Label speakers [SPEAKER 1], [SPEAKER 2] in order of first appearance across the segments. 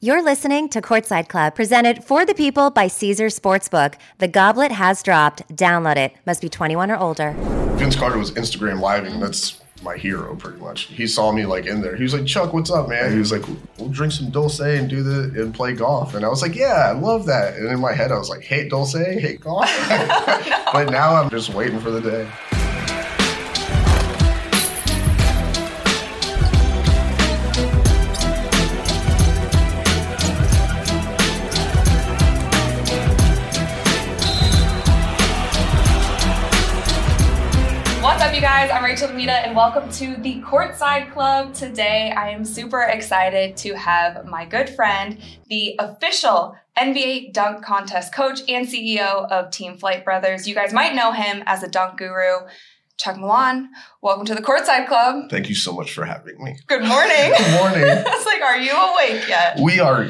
[SPEAKER 1] You're listening to Courtside Club, presented for the people by Caesar Sportsbook. The goblet has dropped. Download it. Must be 21 or older.
[SPEAKER 2] Vince Carter was Instagram living. That's my hero, pretty much. He saw me like in there. He was like, "Chuck, what's up, man?" He was like, "We'll drink some Dulce and do the and play golf." And I was like, "Yeah, I love that." And in my head, I was like, "Hate Dulce, hate golf." but now I'm just waiting for the day.
[SPEAKER 3] What's up, you guys? I'm Rachel Demita, and welcome to the Courtside Club. Today, I am super excited to have my good friend, the official NBA dunk contest coach and CEO of Team Flight Brothers. You guys might know him as a dunk guru, Chuck Milan. Welcome to the Courtside Club.
[SPEAKER 2] Thank you so much for having me.
[SPEAKER 3] Good morning.
[SPEAKER 2] Good morning.
[SPEAKER 3] it's like, are you awake yet?
[SPEAKER 2] We are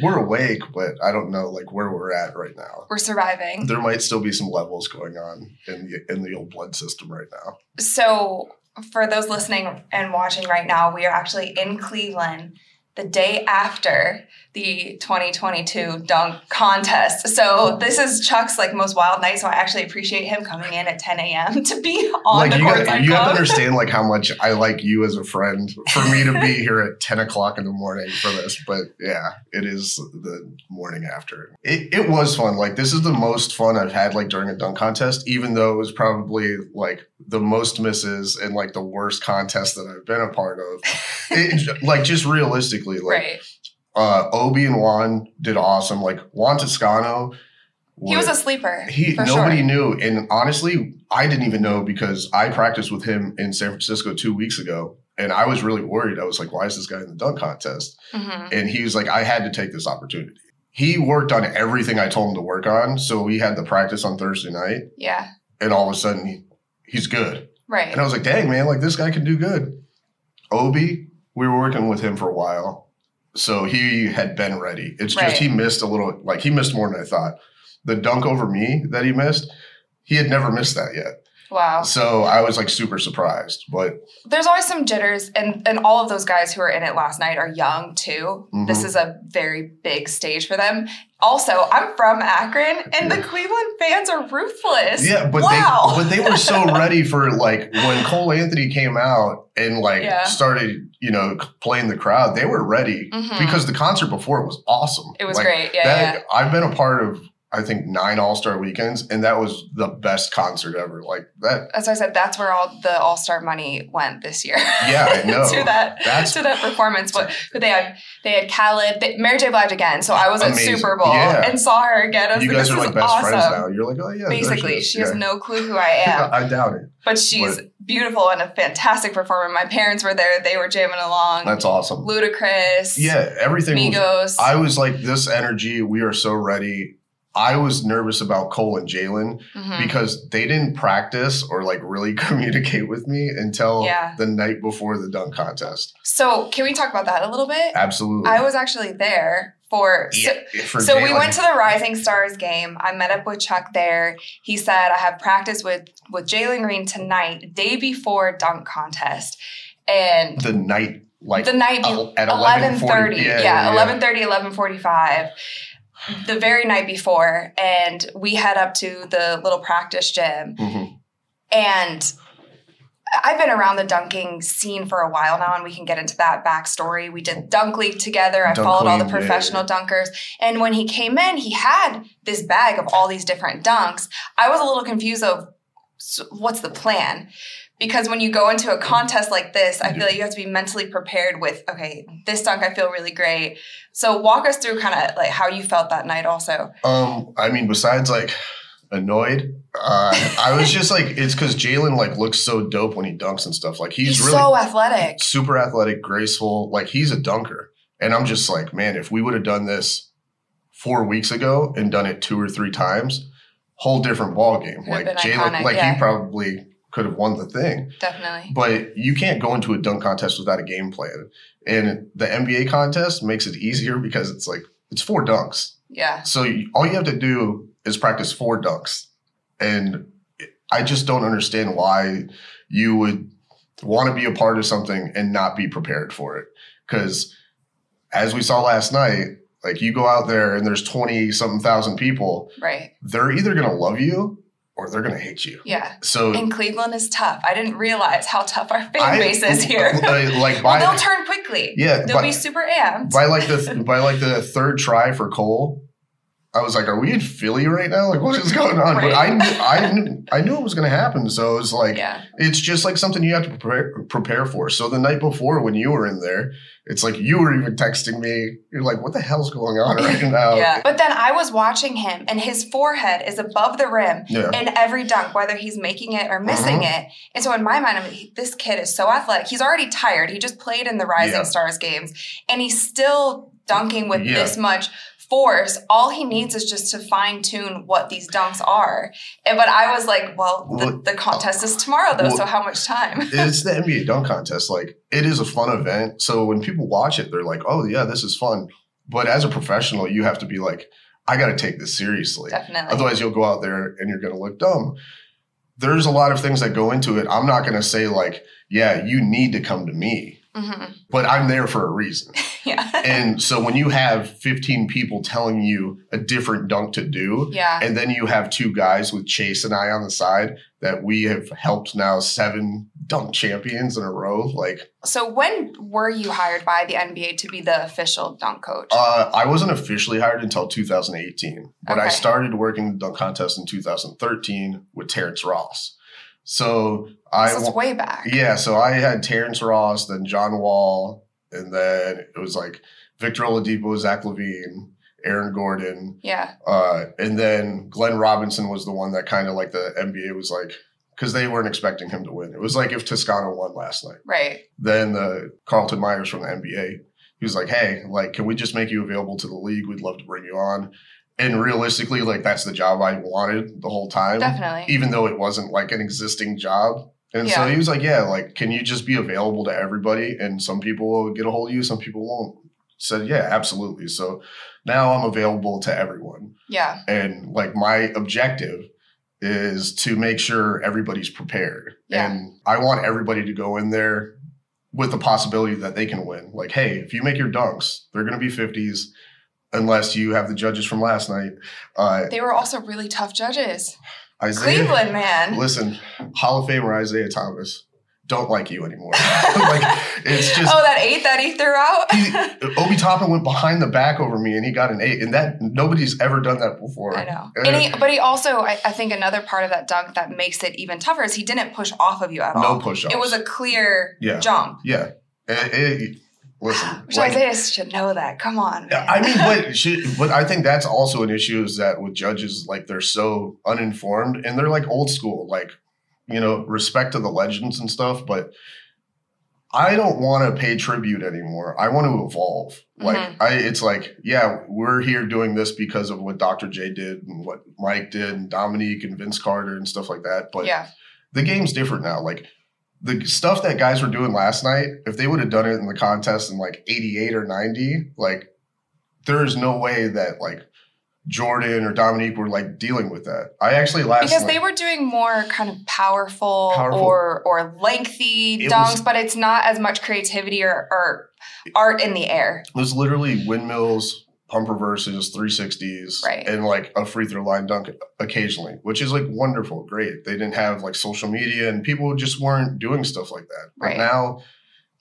[SPEAKER 2] we're awake, but I don't know like where we're at right now.
[SPEAKER 3] We're surviving.
[SPEAKER 2] There might still be some levels going on in the in the old blood system right now.
[SPEAKER 3] So, for those listening and watching right now, we are actually in Cleveland the day after the 2022 dunk contest. So, this is Chuck's like most wild night. So, I actually appreciate him coming in at 10 a.m. to be on
[SPEAKER 2] like
[SPEAKER 3] the
[SPEAKER 2] you,
[SPEAKER 3] court.
[SPEAKER 2] gotta, you have to understand like how much I like you as a friend for me to be here at 10 o'clock in the morning for this. But yeah, it is the morning after. It, it was fun. Like this is the most fun I've had like during a dunk contest, even though it was probably like the most misses and like the worst contest that I've been a part of. It, like just realistically, like
[SPEAKER 3] Right.
[SPEAKER 2] uh, Obi and Juan did awesome. Like Juan Toscano.
[SPEAKER 3] He was a sleeper.
[SPEAKER 2] He
[SPEAKER 3] for
[SPEAKER 2] nobody
[SPEAKER 3] sure.
[SPEAKER 2] knew, and honestly, I didn't even know because I practiced with him in San Francisco two weeks ago, and I was really worried. I was like, "Why is this guy in the dunk contest?"
[SPEAKER 3] Mhm.
[SPEAKER 2] And he was like, "I had to take this opportunity." He worked on everything I told him to work on, so we had the practice on Thursday night,
[SPEAKER 3] Yeah.
[SPEAKER 2] and all of a sudden, he, he's good.
[SPEAKER 3] Right.
[SPEAKER 2] And I was like, "Dang man, like this guy can do good." Obi, we were working with him for a while, so he had been ready. It's
[SPEAKER 3] Right.
[SPEAKER 2] just he missed a little, like he missed more than I thought. The dunk over me that he missed, he had never missed that yet.
[SPEAKER 3] Wow.
[SPEAKER 2] So I was like super surprised. But
[SPEAKER 3] there's always some jitters and and all of those guys who are in it last night are young too
[SPEAKER 2] Mhm.
[SPEAKER 3] this is a very big stage for them also i'm from akron and the cleveland fans are ruthless
[SPEAKER 2] yeah, but
[SPEAKER 3] wow
[SPEAKER 2] they but they were so ready for like when Cole Anthony came out and like
[SPEAKER 3] Yeah.
[SPEAKER 2] started, you know, playing the crowd, they were ready
[SPEAKER 3] Mhm.
[SPEAKER 2] because the concert before was awesome.
[SPEAKER 3] it was
[SPEAKER 2] Like,
[SPEAKER 3] great yeah,
[SPEAKER 2] that I've been a part of I think nine All Star weekends, and that was the best concert ever. Like that,
[SPEAKER 3] yeah as i said that's where all the all-star money went this year
[SPEAKER 2] yeah, I know.
[SPEAKER 3] to that
[SPEAKER 2] Oh, That's
[SPEAKER 3] to that performance but, but they had they had khaled they, mary j blige again so i was at
[SPEAKER 2] Amazing.
[SPEAKER 3] super bowl
[SPEAKER 2] Yeah.
[SPEAKER 3] and saw her again I was
[SPEAKER 2] you guys
[SPEAKER 3] this
[SPEAKER 2] are
[SPEAKER 3] is
[SPEAKER 2] like best
[SPEAKER 3] awesome
[SPEAKER 2] friends now. You're like, oh yeah, there
[SPEAKER 3] basically
[SPEAKER 2] is.
[SPEAKER 3] she has
[SPEAKER 2] Yeah.
[SPEAKER 3] no clue who i am
[SPEAKER 2] I doubt it.
[SPEAKER 3] But she's beautiful and a fantastic performer. My parents were there; they were jamming along.
[SPEAKER 2] That's awesome.
[SPEAKER 3] Ludacris,
[SPEAKER 2] Yeah, everything. Was,
[SPEAKER 3] Migos.
[SPEAKER 2] I was like, this energy. We are so ready. I was nervous about Cole and Jalen
[SPEAKER 3] Mhm.
[SPEAKER 2] because they didn't practice or like really communicate with me until
[SPEAKER 3] Yeah.
[SPEAKER 2] the night before the dunk contest.
[SPEAKER 3] So, can we talk about that a little bit?
[SPEAKER 2] Absolutely.
[SPEAKER 3] I was actually there for. so-
[SPEAKER 2] Yeah, for
[SPEAKER 3] so we
[SPEAKER 2] Jalen.
[SPEAKER 3] went to the Rising Stars game. I met up with Chuck there. He said I have practice with with Jalen Green tonight, day before dunk contest, and
[SPEAKER 2] the night, like
[SPEAKER 3] the night before.
[SPEAKER 2] at
[SPEAKER 3] 11.30
[SPEAKER 2] 11:40.
[SPEAKER 3] yeah, 11.30 11.45 the very night before and we head up to the little practice gym
[SPEAKER 2] Mhm.
[SPEAKER 3] and i've been around the dunking scene for a while now and we can get into that backstory we did dunk league together i
[SPEAKER 2] Dunk
[SPEAKER 3] followed all the
[SPEAKER 2] League, yeah,
[SPEAKER 3] professional dunkers and when he came in he had this bag of all these different dunks i was a little confused of so what's the plan? Because when you go into a contest like this, I feel like you have to be mentally prepared with, okay, this dunk I feel really great. So walk us through kind of like how you felt that night also.
[SPEAKER 2] Um, I mean, besides like annoyed, uh, I was just like, it's because Jalen like looks so dope when he dunks and stuff. Like he's,
[SPEAKER 3] He's,
[SPEAKER 2] really
[SPEAKER 3] so athletic.
[SPEAKER 2] super athletic, graceful. Like he's a dunker, and I'm just like, man, if we would have done this four weeks ago and done it two or three times, whole different ball game. Like
[SPEAKER 3] Would've been
[SPEAKER 2] Jalen,
[SPEAKER 3] iconic,
[SPEAKER 2] like
[SPEAKER 3] yeah.
[SPEAKER 2] he probably could have won the thing.
[SPEAKER 3] Definitely.
[SPEAKER 2] But you can't go into a dunk contest without a game plan. And the NBA contest makes it easier because it's like it's four dunks.
[SPEAKER 3] Yeah.
[SPEAKER 2] So you, all you have to do is practice four dunks. And I just don't understand why you would want to be a part of something and not be prepared for it. Because as we saw last night, like you go out there and there's 20 something thousand people,
[SPEAKER 3] Right.
[SPEAKER 2] they're either going to love you or they're going to hate you.
[SPEAKER 3] Yeah.
[SPEAKER 2] So
[SPEAKER 3] And Cleveland is tough. I didn't realize how tough our fan
[SPEAKER 2] I-
[SPEAKER 3] base is here.
[SPEAKER 2] I- like
[SPEAKER 3] well,
[SPEAKER 2] by
[SPEAKER 3] they'll turn quickly.
[SPEAKER 2] yeah,
[SPEAKER 3] They'll be
[SPEAKER 2] by,
[SPEAKER 3] super amped.
[SPEAKER 2] by like the by like the third try for Cole, I was like, "Are we in Philly right now? Like, what is going on?" But I
[SPEAKER 3] Right.
[SPEAKER 2] knew, I knew I knew it was going to happen, so it was like,
[SPEAKER 3] yeah.
[SPEAKER 2] it's just like something you have to prepare prepare for. So the night before, when you were in there, it's like you were even texting me. You're like, "What the hell's going on right now?"
[SPEAKER 3] yeah. But then I was watching him, and his forehead is above the rim
[SPEAKER 2] Yeah.
[SPEAKER 3] in every dunk, whether he's making it or missing
[SPEAKER 2] Mm-hmm.
[SPEAKER 3] it. And so in my mind, I'm like, this kid is so athletic. He's already tired. He just played in the Rising
[SPEAKER 2] Yeah.
[SPEAKER 3] Stars games, and he's still dunking with
[SPEAKER 2] Yeah.
[SPEAKER 3] this much force. All he needs is just to fine tune what these dunks are. And but I was like, well,
[SPEAKER 2] Well-
[SPEAKER 3] the, the contest is tomorrow, though.
[SPEAKER 2] Well-
[SPEAKER 3] so how much time?
[SPEAKER 2] it's the NBA dunk contest. Like it is a fun event. So when people watch it, they're like, "Oh yeah, this is fun." But as a professional, you have to be like, "I got to take this seriously."
[SPEAKER 3] Definitely.
[SPEAKER 2] Otherwise, you'll go out there and you're going to look dumb. There's a lot of things that go into it. I'm not going to say like, "Yeah, you need to come to me,"
[SPEAKER 3] Mhm.
[SPEAKER 2] but I'm there for a reason.
[SPEAKER 3] Yeah.
[SPEAKER 2] and so when you have 15 people telling you a different dunk to do,
[SPEAKER 3] yeah.
[SPEAKER 2] and then you have two guys with Chase and I on the side that we have helped now seven dunk champions in a row. Like,
[SPEAKER 3] So when were you hired by the NBA to be the official dunk coach?
[SPEAKER 2] uh, I wasn't officially hired until 2018, but I
[SPEAKER 3] Okay.
[SPEAKER 2] started working the dunk contest in 2013 with Terrence Ross. So I,
[SPEAKER 3] this is
[SPEAKER 2] wa-
[SPEAKER 3] way back.
[SPEAKER 2] yeah, so I had Terrence Ross, then John Wall, and then it was like Victor Oladipo, Zach Levine, Aaron Gordon,
[SPEAKER 3] Yeah.
[SPEAKER 2] Uh, and then Glenn Robinson was the one that kind of like the NBA was like, because they weren't expecting him to win. It was like if Toscano won last night.
[SPEAKER 3] Right.
[SPEAKER 2] Then the Carlton Myers from the NBA, he was like, hey, like, can we just make you available to the league? We'd love to bring you on. And realistically, like, that's the job I wanted the whole time,
[SPEAKER 3] Definitely.
[SPEAKER 2] even though it wasn't like an existing job. And so
[SPEAKER 3] Yeah.
[SPEAKER 2] he was like, yeah, like, can you just be available to everybody? And some people will get a hold of you, some people won't. Said, yeah, absolutely. So now I'm available to everyone
[SPEAKER 3] Yeah.
[SPEAKER 2] and like my objective is to make sure everybody's prepared
[SPEAKER 3] Yeah.
[SPEAKER 2] and i want everybody to go in there with the possibility that they can win like hey if you make your dunks they're going to be 50s unless you have the judges from last night uh
[SPEAKER 3] They were also really tough judges.
[SPEAKER 2] isaiah
[SPEAKER 3] Cleveland, man.
[SPEAKER 2] listen hall of famer isaiah thomas don't like you anymore like it's just
[SPEAKER 3] oh, that eight that he threw out.
[SPEAKER 2] he- Obi Toppin went behind the back over me and he got an eight, and that nobody's ever done that before.
[SPEAKER 3] I know.
[SPEAKER 2] Uh,
[SPEAKER 3] And he, but he also, I, I think another part of that dunk that makes it even tougher is he didn't push off of you at all.
[SPEAKER 2] No push ups.
[SPEAKER 3] It was a clear
[SPEAKER 2] Yeah.
[SPEAKER 3] jump.
[SPEAKER 2] Yeah. It- it- listen,
[SPEAKER 3] Which
[SPEAKER 2] like,
[SPEAKER 3] Isaiah should know that. Come on. Man.
[SPEAKER 2] I mean, but she, but I think that's also an issue is that with judges, like they're so uninformed and they're like old school, like you know, respect to the legends and stuff. But I don't want to pay tribute anymore. I want to evolve. Like
[SPEAKER 3] Mhm.
[SPEAKER 2] I, it's like yeah, we're here doing this because of what Dr. J did and what Mike did and Dominique and Vince Carter and stuff like that. But
[SPEAKER 3] yeah.
[SPEAKER 2] the game's different now. Like the stuff that guys were doing last night, if they would have done it in the contest in like 88 or 90, like there is no way that like Jordan or Dominique were like dealing with that. I actually last
[SPEAKER 3] Because they
[SPEAKER 2] night-
[SPEAKER 3] were doing more kind of powerful,
[SPEAKER 2] Powerful.
[SPEAKER 3] or or lengthy
[SPEAKER 2] It
[SPEAKER 3] dunks,
[SPEAKER 2] was-
[SPEAKER 3] but it's not as much creativity or, or art in the air.
[SPEAKER 2] it was literally windmills, pump reverses, 360s,
[SPEAKER 3] Right.
[SPEAKER 2] and like a free throw line dunk occasionally, which is like wonderful, great. They didn't have like social media and people just weren't doing stuff like that. But
[SPEAKER 3] Right.
[SPEAKER 2] now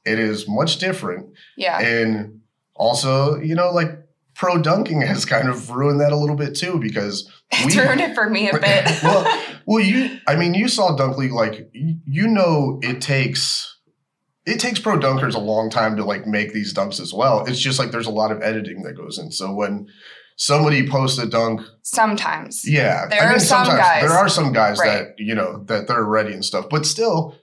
[SPEAKER 2] it is much different.
[SPEAKER 3] Yeah.
[SPEAKER 2] And also, you know, like pro dunking has kind of ruined that a little bit too because
[SPEAKER 3] It's ruined it for me a bit.
[SPEAKER 2] well, well, you I mean, you saw dunk league like y- you know it takes it takes pro dunkers a long time to like make these dunks as well. It's just like there's a lot of editing that goes in. So when somebody posts a dunk,
[SPEAKER 3] Sometimes.
[SPEAKER 2] yeah,
[SPEAKER 3] There are some
[SPEAKER 2] sometimes
[SPEAKER 3] guys-
[SPEAKER 2] there are some guys
[SPEAKER 3] Right.
[SPEAKER 2] that you know that they're ready and stuff, but still,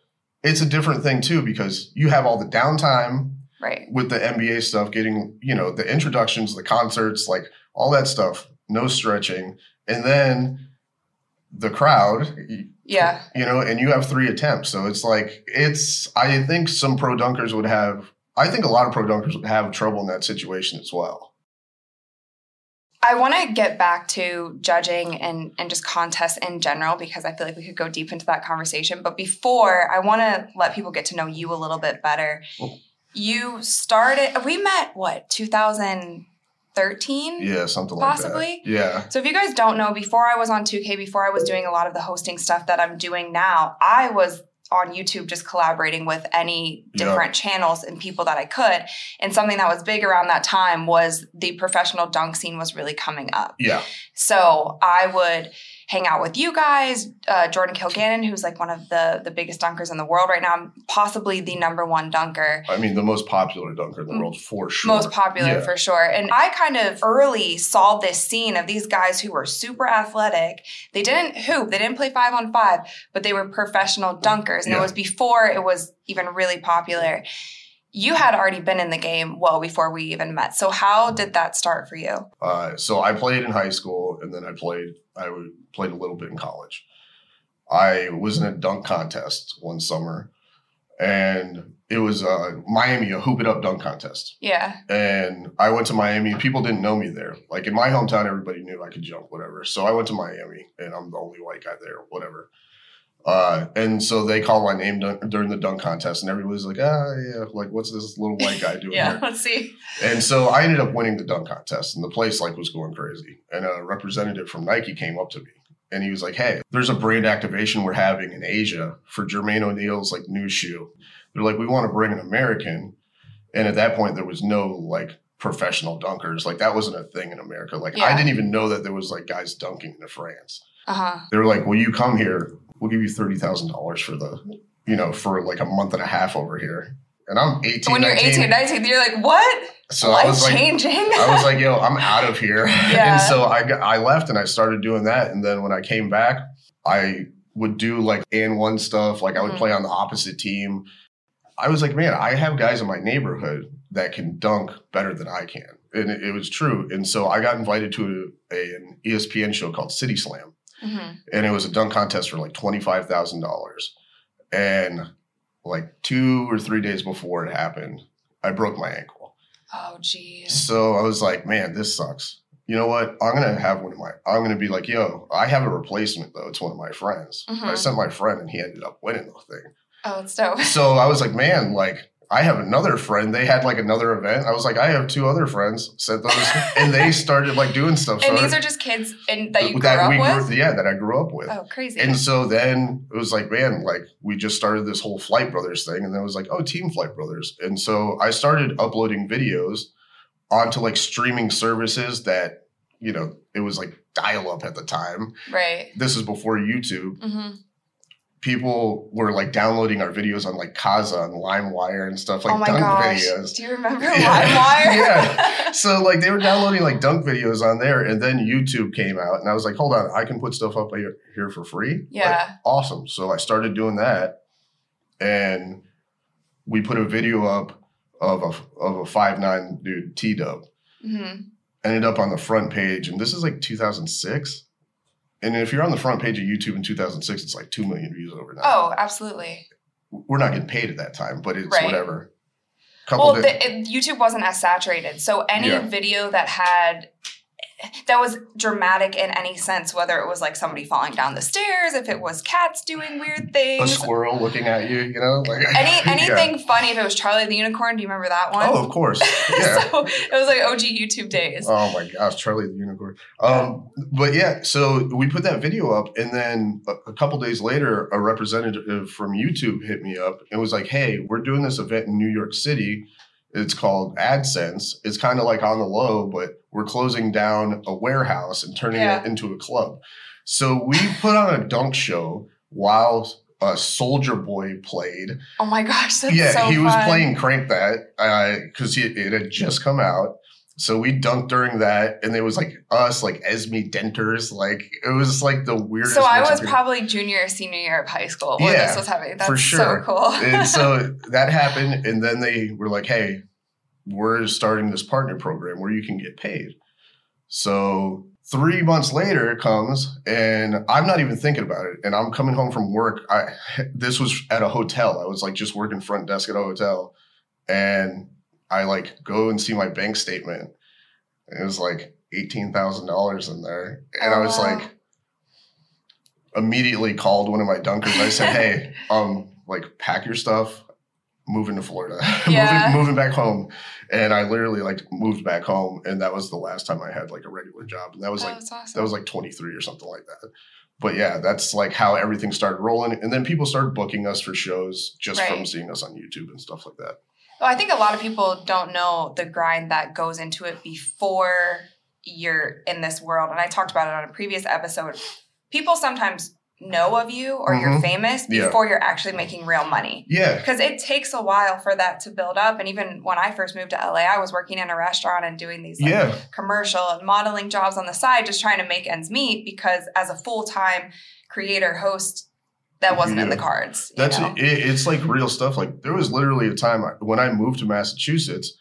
[SPEAKER 2] it's a different thing too because you have all the downtime
[SPEAKER 3] Right.
[SPEAKER 2] with the NBA stuff, getting you know the introductions, the concerts, like all that stuff, no stretching, and then the crowd, y-
[SPEAKER 3] Yeah.
[SPEAKER 2] you know, and you have three attempts, so it's like it's. I think some pro dunkers would have. I think a lot of pro dunkers would have trouble in that situation as well.
[SPEAKER 3] I want to get back to judging and, and just contests in general because I feel like we could go deep into that conversation. But before, I want to let people get to know you a little bit better.
[SPEAKER 2] Cool.
[SPEAKER 3] You started, we met what, 2013?
[SPEAKER 2] Yeah, something
[SPEAKER 3] Mm-hmm. Possibly.
[SPEAKER 2] like that. Yeah.
[SPEAKER 3] So if you guys don't know, before I was on 2K, before I was doing a lot of the hosting stuff that I'm doing now, I was on YouTube just collaborating with any
[SPEAKER 2] Yeah.
[SPEAKER 3] different channels and people that I could. And something that was big around that time was the professional dunk scene was really coming up.
[SPEAKER 2] Yeah.
[SPEAKER 3] So I would hang out with you guys, uh, Jordan Kilgannon, who's like one of the the biggest dunkers in the world right now, possibly the number one dunker.
[SPEAKER 2] I mean, the most popular dunker in the
[SPEAKER 3] Mm.
[SPEAKER 2] world for sure.
[SPEAKER 3] Most popular
[SPEAKER 2] Yeah.
[SPEAKER 3] for sure. And I kind of early saw this scene of these guys who were super athletic. They didn't hoop, they didn't play five on five, but they were professional dunkers. And it
[SPEAKER 2] Yeah.
[SPEAKER 3] was before it was even really popular. You had already been in the game well before we even met. So how did that start for you?
[SPEAKER 2] Uh, so I played in high school, and then I played. I w- played a little bit in college. I was in a dunk contest one summer, and it was uh, Miami a hoop it up dunk contest.
[SPEAKER 3] Yeah.
[SPEAKER 2] And I went to Miami. People didn't know me there. Like in my hometown, everybody knew I could jump, whatever. So I went to Miami, and I'm the only white guy there, whatever. Uh, and so they called my name dun- during the dunk contest, and everybody's like, "Ah, yeah, like what's this little white guy doing here?"
[SPEAKER 3] let's see.
[SPEAKER 2] And so I ended up winning the dunk contest, and the place like was going crazy. And a representative from Nike came up to me, and he was like, "Hey, there's a brand activation we're having in Asia for Jermaine O'Neal's like new shoe. They're like, we want to bring an American." And at that point, there was no like professional dunkers. Like that wasn't a thing in America. Like
[SPEAKER 3] Yeah.
[SPEAKER 2] I didn't even know that there was like guys dunking in France.
[SPEAKER 3] Uh-huh.
[SPEAKER 2] They were like, "Well, you come here, we'll give you thirty thousand dollars for the, you know, for like a month and a half over here." And I'm 18.
[SPEAKER 3] when you're 18,
[SPEAKER 2] 19,
[SPEAKER 3] 19, you're like, what?
[SPEAKER 2] so Oh, I
[SPEAKER 3] Life
[SPEAKER 2] was like,
[SPEAKER 3] changing.
[SPEAKER 2] I was like, yo, I'm out of here.
[SPEAKER 3] Yeah.
[SPEAKER 2] And so I got, I left and I started doing that. And then when I came back, I would do like and one stuff. Like I would
[SPEAKER 3] Mhm.
[SPEAKER 2] play on the opposite team. I was like, man, I have guys in my neighborhood that can dunk better than I can. And it, it was true. And so I got invited to a, an E ESPN show called City Slam.
[SPEAKER 3] Mhm.
[SPEAKER 2] And it was a dunk contest for like $25,000. And like two or three days before it happened, I broke my ankle.
[SPEAKER 3] Oh, geez.
[SPEAKER 2] So I was like, man, this sucks. You know what? I'm gonna have one of my. I'm gonna be like, yo, I have a replacement though. It's one of my friends. I
[SPEAKER 3] Mhm.
[SPEAKER 2] sent my friend, and he ended up winning the thing.
[SPEAKER 3] Oh, it's dope.
[SPEAKER 2] So I was like, man, like I have another friend. They had like another event. I was like, I have two other friends. Sent those, and they started like doing stuff.
[SPEAKER 3] And
[SPEAKER 2] So
[SPEAKER 3] these
[SPEAKER 2] I-
[SPEAKER 3] are just kids in, that you grew up
[SPEAKER 2] we
[SPEAKER 3] with?
[SPEAKER 2] yeah, that I grew up with.
[SPEAKER 3] oh, crazy.
[SPEAKER 2] And so then it was like, man, like we just started this whole Flight Brothers thing. And then it was like, oh, Team Flight Brothers. And so I started uploading videos onto like streaming services that, you know, it was like dial up at the time.
[SPEAKER 3] right.
[SPEAKER 2] This is before YouTube.
[SPEAKER 3] hmm
[SPEAKER 2] People were like downloading our videos on like Kaza and LimeWire and stuff like
[SPEAKER 3] oh, my
[SPEAKER 2] dunk
[SPEAKER 3] gosh.
[SPEAKER 2] videos
[SPEAKER 3] Do you remember
[SPEAKER 2] Yeah.
[SPEAKER 3] LimeWire?
[SPEAKER 2] Yeah. so like they were downloading like dunk videos on there and then youtube came out and i was like hold on i can put stuff up here, here for free Like,
[SPEAKER 3] Yeah.
[SPEAKER 2] awesome so i started doing that and we put a video up of a of a five nine dude t-dub
[SPEAKER 3] hmm
[SPEAKER 2] ended up on the front page and this is like 2006 and if you're on the front page of youtube in 2006 it's like 2 million views overnight
[SPEAKER 3] Oh, absolutely.
[SPEAKER 2] we're not getting paid at that time but it's
[SPEAKER 3] Right.
[SPEAKER 2] whatever
[SPEAKER 3] Well,
[SPEAKER 2] da-
[SPEAKER 3] the, it, YouTube wasn't as saturated. So any
[SPEAKER 2] Yeah.
[SPEAKER 3] video that had that was dramatic in any sense, whether it was like somebody falling down the stairs, if it was cats doing weird
[SPEAKER 2] a
[SPEAKER 3] things,
[SPEAKER 2] squirrel looking at you, you know? Like
[SPEAKER 3] any
[SPEAKER 2] yeah.
[SPEAKER 3] anything funny. If it was Charlie the Unicorn, do you remember that one?
[SPEAKER 2] Oh, of course. Yeah.
[SPEAKER 3] so it was like OG YouTube days.
[SPEAKER 2] oh my gosh, Charlie the Unicorn. Um, but yeah, so we put that video up, and then a, a couple days later, a representative from YouTube hit me up and was like, "Hey, we're doing this event in New York City." It's called AdSense. It's kind of like on the low, but we're closing down a warehouse and turning
[SPEAKER 3] Yeah.
[SPEAKER 2] it into a club. So we put on a dunk show while a Soldier Boy played.
[SPEAKER 3] Oh my gosh, that's
[SPEAKER 2] yeah,
[SPEAKER 3] so
[SPEAKER 2] he was
[SPEAKER 3] fun.
[SPEAKER 2] playing Crank That because it had just come out. So we dunked during that, and it was like us, like Esme Denters, like it was like the weirdest.
[SPEAKER 3] So I
[SPEAKER 2] bunch of
[SPEAKER 3] was
[SPEAKER 2] people.
[SPEAKER 3] probably junior or senior year of high school when
[SPEAKER 2] Yeah,
[SPEAKER 3] this was happening. That's
[SPEAKER 2] for
[SPEAKER 3] so
[SPEAKER 2] sure.
[SPEAKER 3] cool.
[SPEAKER 2] and so that happened, and then they were like, "Hey, we're starting this partner program where you can get paid." So three months later it comes, and I'm not even thinking about it. And I'm coming home from work. I this was at a hotel. I was like just working front desk at a hotel, and I like go and see my bank statement. It was like eighteen thousand dollars in there, and I was
[SPEAKER 3] Oh, wow.
[SPEAKER 2] like immediately called one of my dunkers. I said, "Hey, um, like pack your stuff. moving to Florida,
[SPEAKER 3] Yeah.
[SPEAKER 2] moving, moving back home. And I literally like moved back home. And that was the last time I had like a regular job. And that was
[SPEAKER 3] oh,
[SPEAKER 2] like,
[SPEAKER 3] that's awesome.
[SPEAKER 2] that was like 23 or something like that. But yeah, that's like how everything started rolling. And then people started booking us for shows just from
[SPEAKER 3] Right.
[SPEAKER 2] seeing us on YouTube and stuff like that.
[SPEAKER 3] well, Oh, I think a lot of people don't know the grind that goes into it before you're in this world. And I talked about it on a previous episode. People sometimes know of you or you're
[SPEAKER 2] Mhm.
[SPEAKER 3] famous
[SPEAKER 2] Yeah.
[SPEAKER 3] before you're actually making real money.
[SPEAKER 2] Yeah.
[SPEAKER 3] because it takes a while for that to build up. And even when I first moved to LA, I was working in a restaurant and doing these like,
[SPEAKER 2] Yeah.
[SPEAKER 3] commercial and modeling jobs on the side, just trying to make ends meet. Because as a full time creator host, that wasn't in
[SPEAKER 2] Yeah.
[SPEAKER 3] the cards. you
[SPEAKER 2] That's
[SPEAKER 3] know?
[SPEAKER 2] it, it's like real stuff. Like there was literally a time I- when I moved to Massachusetts,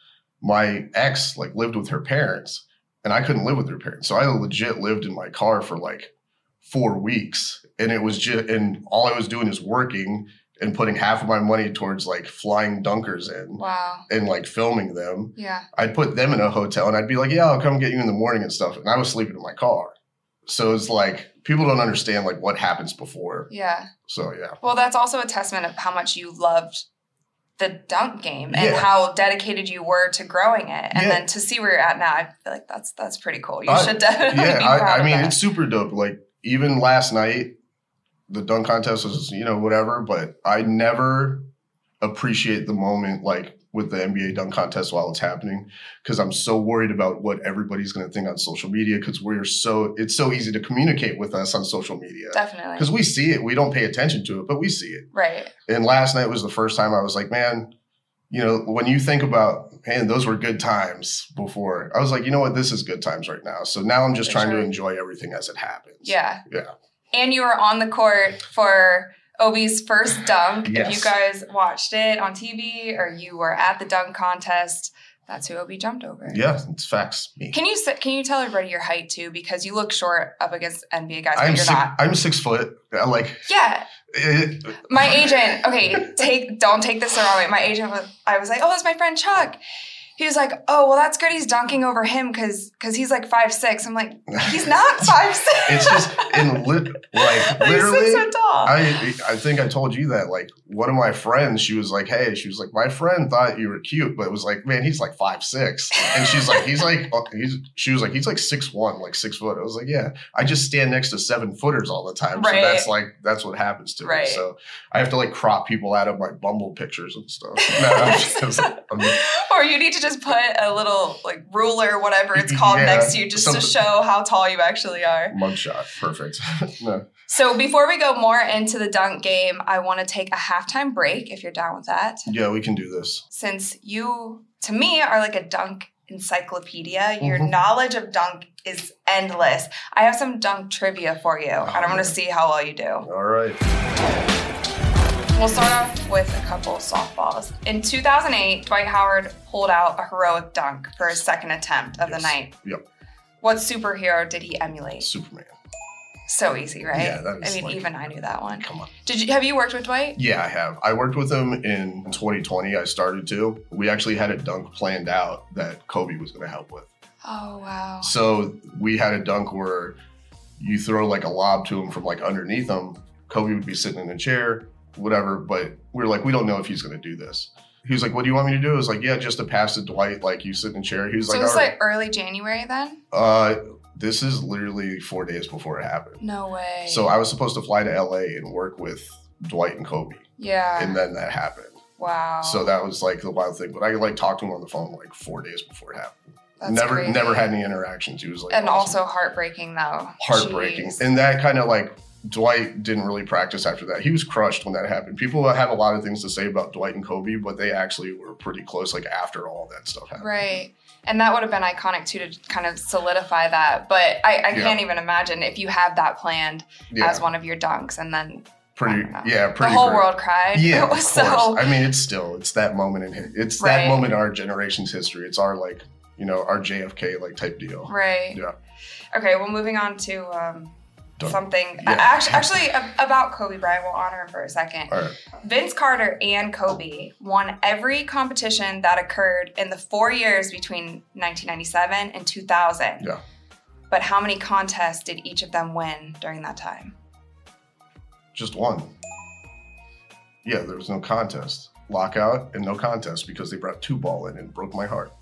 [SPEAKER 2] my ex like lived with her parents, and I couldn't live with her parents, so I legit lived in my car for like four weeks, and it was just and all I was doing is working and putting half of my money towards like flying dunkers in
[SPEAKER 3] Wow.
[SPEAKER 2] and like filming them.
[SPEAKER 3] Yeah.
[SPEAKER 2] I'd put them in a hotel and I'd be like, yeah, I'll come get you in the morning and stuff, and I was sleeping in my car. So it's like people don't understand like what happens before.
[SPEAKER 3] Yeah.
[SPEAKER 2] So yeah,
[SPEAKER 3] Well, that's also a testament of how much you loved the dunk game and
[SPEAKER 2] Yeah.
[SPEAKER 3] how dedicated you were to growing it and
[SPEAKER 2] Yeah.
[SPEAKER 3] then to see where you're at now i feel like that's that's pretty cool you
[SPEAKER 2] I-
[SPEAKER 3] should definitely
[SPEAKER 2] yeah,
[SPEAKER 3] be proud
[SPEAKER 2] I, I
[SPEAKER 3] of
[SPEAKER 2] mean,
[SPEAKER 3] that.
[SPEAKER 2] it's super dope. Like, even last night, the dunk contest was, you know, whatever, but I never appreciate the moment, like, with the NBA dunk contest while it's happening, because I'm so worried about what everybody's going to think on social media, because we're so, it's so easy to communicate with us on social media. Because
[SPEAKER 3] definitely
[SPEAKER 2] we see it, we don't pay attention to it, but we see it.
[SPEAKER 3] right
[SPEAKER 2] And last night was the first time I was like, man, you know, when you think about, man, those were good times before, I was like, you know what, this is good times right now. So now I'm just
[SPEAKER 3] For
[SPEAKER 2] trying
[SPEAKER 3] sure.
[SPEAKER 2] to enjoy everything as it happens.
[SPEAKER 3] Yeah.
[SPEAKER 2] Yeah.
[SPEAKER 3] And you were on the court for Obi's first dunk. If
[SPEAKER 2] Yes.
[SPEAKER 3] you guys watched it on TV or you were at the dunk contest, that's who Obi jumped over.
[SPEAKER 2] Yeah, it's facts. Me.
[SPEAKER 3] Can you sa- can you tell everybody your height too? Because you look short up against NBA guys, but
[SPEAKER 2] I'm
[SPEAKER 3] you're
[SPEAKER 2] six,
[SPEAKER 3] not.
[SPEAKER 2] I'm six foot. I like
[SPEAKER 3] Yeah,
[SPEAKER 2] it,
[SPEAKER 3] my agent. Okay, take don't take this the wrong way. My agent was. I was like, oh, that's my friend Chuck. He was like, oh, well, that's good. He's dunking over him because because he's like five six. I'm like, he's not five six.
[SPEAKER 2] it's just in lit, like
[SPEAKER 3] Like, he's six
[SPEAKER 2] literally.
[SPEAKER 3] foot tall.
[SPEAKER 2] I I think I told you that like one of my friends she was like hey she was like my friend thought you were cute but it was like man he's like five six and she's like he's like oh, he's she was like he's like six one like six foot I was like yeah I just stand next to seven footers all the time so
[SPEAKER 3] Right.
[SPEAKER 2] that's like that's what happens to
[SPEAKER 3] Right.
[SPEAKER 2] me so I have to like crop people out of my Bumble pictures and stuff no, I'm just, I'm just-
[SPEAKER 3] or you need to just put a little like ruler, whatever it's called,
[SPEAKER 2] Yeah,
[SPEAKER 3] next to you just to
[SPEAKER 2] something.
[SPEAKER 3] show how tall you actually are.
[SPEAKER 2] mugshot perfect no.
[SPEAKER 3] So before we go more into the dunk game, I want to take a halftime break if you're down with that.
[SPEAKER 2] Yeah, we can do this.
[SPEAKER 3] Since you, to me, are like a dunk encyclopedia, your
[SPEAKER 2] Mhm.
[SPEAKER 3] knowledge of dunk is endless. I have some dunk trivia for you, and I'm going
[SPEAKER 2] Oh, yeah.
[SPEAKER 3] to see how well you do.
[SPEAKER 2] All right.
[SPEAKER 3] We'll start off with a couple softballs. In 2008, Dwight Howard pulled out a heroic dunk for his second attempt of the
[SPEAKER 2] Yes.
[SPEAKER 3] night.
[SPEAKER 2] Yep.
[SPEAKER 3] What superhero did he emulate?
[SPEAKER 2] Superman.
[SPEAKER 3] So easy, right?
[SPEAKER 2] Yeah, that is
[SPEAKER 3] I mean,
[SPEAKER 2] like-
[SPEAKER 3] even I knew that one.
[SPEAKER 2] Come on.
[SPEAKER 3] Did you have you worked with Dwight?
[SPEAKER 2] Yeah, I have. I worked with him in 2020. I started to. We actually had a dunk planned out that Kobe was going to help with.
[SPEAKER 3] Oh wow.
[SPEAKER 2] So we had a dunk where you throw like a lob to him from like underneath him. Kobe would be sitting in a chair, whatever. But we were like, we don't know if he's going to do this. He was like, what do you want me to do? I was like, yeah, just to pass to Dwight. Like you sit in a chair. He was
[SPEAKER 3] so
[SPEAKER 2] like,
[SPEAKER 3] this
[SPEAKER 2] all
[SPEAKER 3] is
[SPEAKER 2] right.
[SPEAKER 3] like early January then?
[SPEAKER 2] uh, this is literally four days before it happened.
[SPEAKER 3] No way.
[SPEAKER 2] So I was supposed to fly to LA and work with Dwight and Kobe,
[SPEAKER 3] yeah.
[SPEAKER 2] and then that happened.
[SPEAKER 3] wow.
[SPEAKER 2] So that was like the wild thing. But I like talked to him on the phone like four days before it happened.
[SPEAKER 3] That's
[SPEAKER 2] never,
[SPEAKER 3] crazy.
[SPEAKER 2] never had any interactions. He was like,
[SPEAKER 3] And
[SPEAKER 2] awesome.
[SPEAKER 3] also heartbreaking though.
[SPEAKER 2] heartbreaking,
[SPEAKER 3] Jeez.
[SPEAKER 2] and that kind of like Dwight didn't really practice after that. He was crushed when that happened. People had a lot of things to say about Dwight and Kobe, but they actually were pretty close. Like after all that stuff happened,
[SPEAKER 3] Right. And that would have been iconic too to kind of solidify that. But I, I
[SPEAKER 2] Yeah.
[SPEAKER 3] can't even imagine if you have that planned
[SPEAKER 2] yeah,
[SPEAKER 3] as one of your dunks and then I
[SPEAKER 2] pretty,
[SPEAKER 3] don't know.
[SPEAKER 2] yeah, pretty.
[SPEAKER 3] the whole
[SPEAKER 2] great.
[SPEAKER 3] world cried.
[SPEAKER 2] Yeah,
[SPEAKER 3] It was
[SPEAKER 2] of course.
[SPEAKER 3] so
[SPEAKER 2] I mean, it's still it's that moment in hi- it's
[SPEAKER 3] Right.
[SPEAKER 2] that moment in our generation's history. It's our like you know our JFK like type deal.
[SPEAKER 3] right.
[SPEAKER 2] Yeah.
[SPEAKER 3] Okay, well, moving on to um,
[SPEAKER 2] Dunk.
[SPEAKER 3] something
[SPEAKER 2] Yeah.
[SPEAKER 3] actually, actually a- about Kobe Bryant. We'll honor him for a second.
[SPEAKER 2] All right.
[SPEAKER 3] Vince Carter and Kobe won every competition that occurred in the four years between 1997 and 2000.
[SPEAKER 2] Yeah.
[SPEAKER 3] But how many contests did each of them win during that time?
[SPEAKER 2] Just one. Yeah, there was no contest. lockout and no contest because they brought two ball in and broke my heart.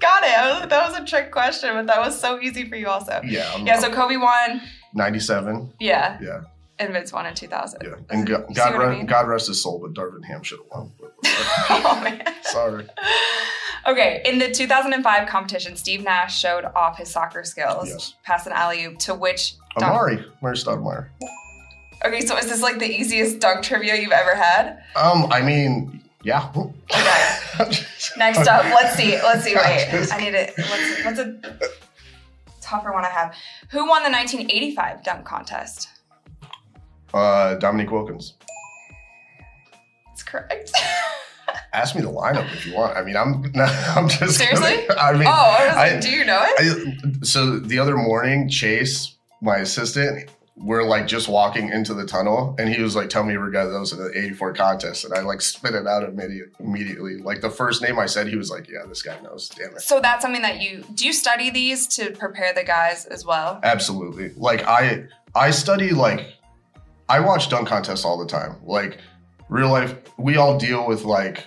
[SPEAKER 3] Got it. I was- That was a trick question, but that was so easy for you also.
[SPEAKER 2] Yeah, I'm,
[SPEAKER 3] Yeah, so Kobe won.
[SPEAKER 2] 97.
[SPEAKER 3] Yeah.
[SPEAKER 2] Yeah.
[SPEAKER 3] And Vince won in 2000.
[SPEAKER 2] Yeah, and God,
[SPEAKER 3] You see
[SPEAKER 2] God,
[SPEAKER 3] what I
[SPEAKER 2] re-
[SPEAKER 3] mean?
[SPEAKER 2] God rest his soul, but Darvin Ham should have won.
[SPEAKER 3] oh, man.
[SPEAKER 2] Sorry.
[SPEAKER 3] Okay, in the 2005 competition, Steve Nash showed off his soccer skills,
[SPEAKER 2] Yes.
[SPEAKER 3] pass an alley oop to which dunk.
[SPEAKER 2] Amari, Mary Stoudemire.
[SPEAKER 3] Okay, so is this like the easiest dunk trivia you've ever had?
[SPEAKER 2] Um, I mean, yeah.
[SPEAKER 3] Okay. Next up, let's see. Let's see. Wait,
[SPEAKER 2] Just-
[SPEAKER 3] I need it. What's, what's a tougher one I have? Who won the 1985 dunk contest?
[SPEAKER 2] Uh, Dominique Wilkins.
[SPEAKER 3] That's correct.
[SPEAKER 2] Ask me the lineup if you want. I mean, I'm I'm just kidding.
[SPEAKER 3] Seriously?
[SPEAKER 2] I mean,
[SPEAKER 3] oh, I was
[SPEAKER 2] I-
[SPEAKER 3] like, do you know it?
[SPEAKER 2] I, so the other morning, Chase, my assistant, we're like just walking into the tunnel, and he was like, "Tell me every guy that was in the '84 contest," and I like spit it out immediate, immediately. Like the first name I said, he was like, "Yeah, this guy knows." Damn it.
[SPEAKER 3] So that's something that you do. You study these to prepare the guys as well.
[SPEAKER 2] Absolutely. Like I, I study like, I watch dunk contests all the time. Like real life, we all deal with like,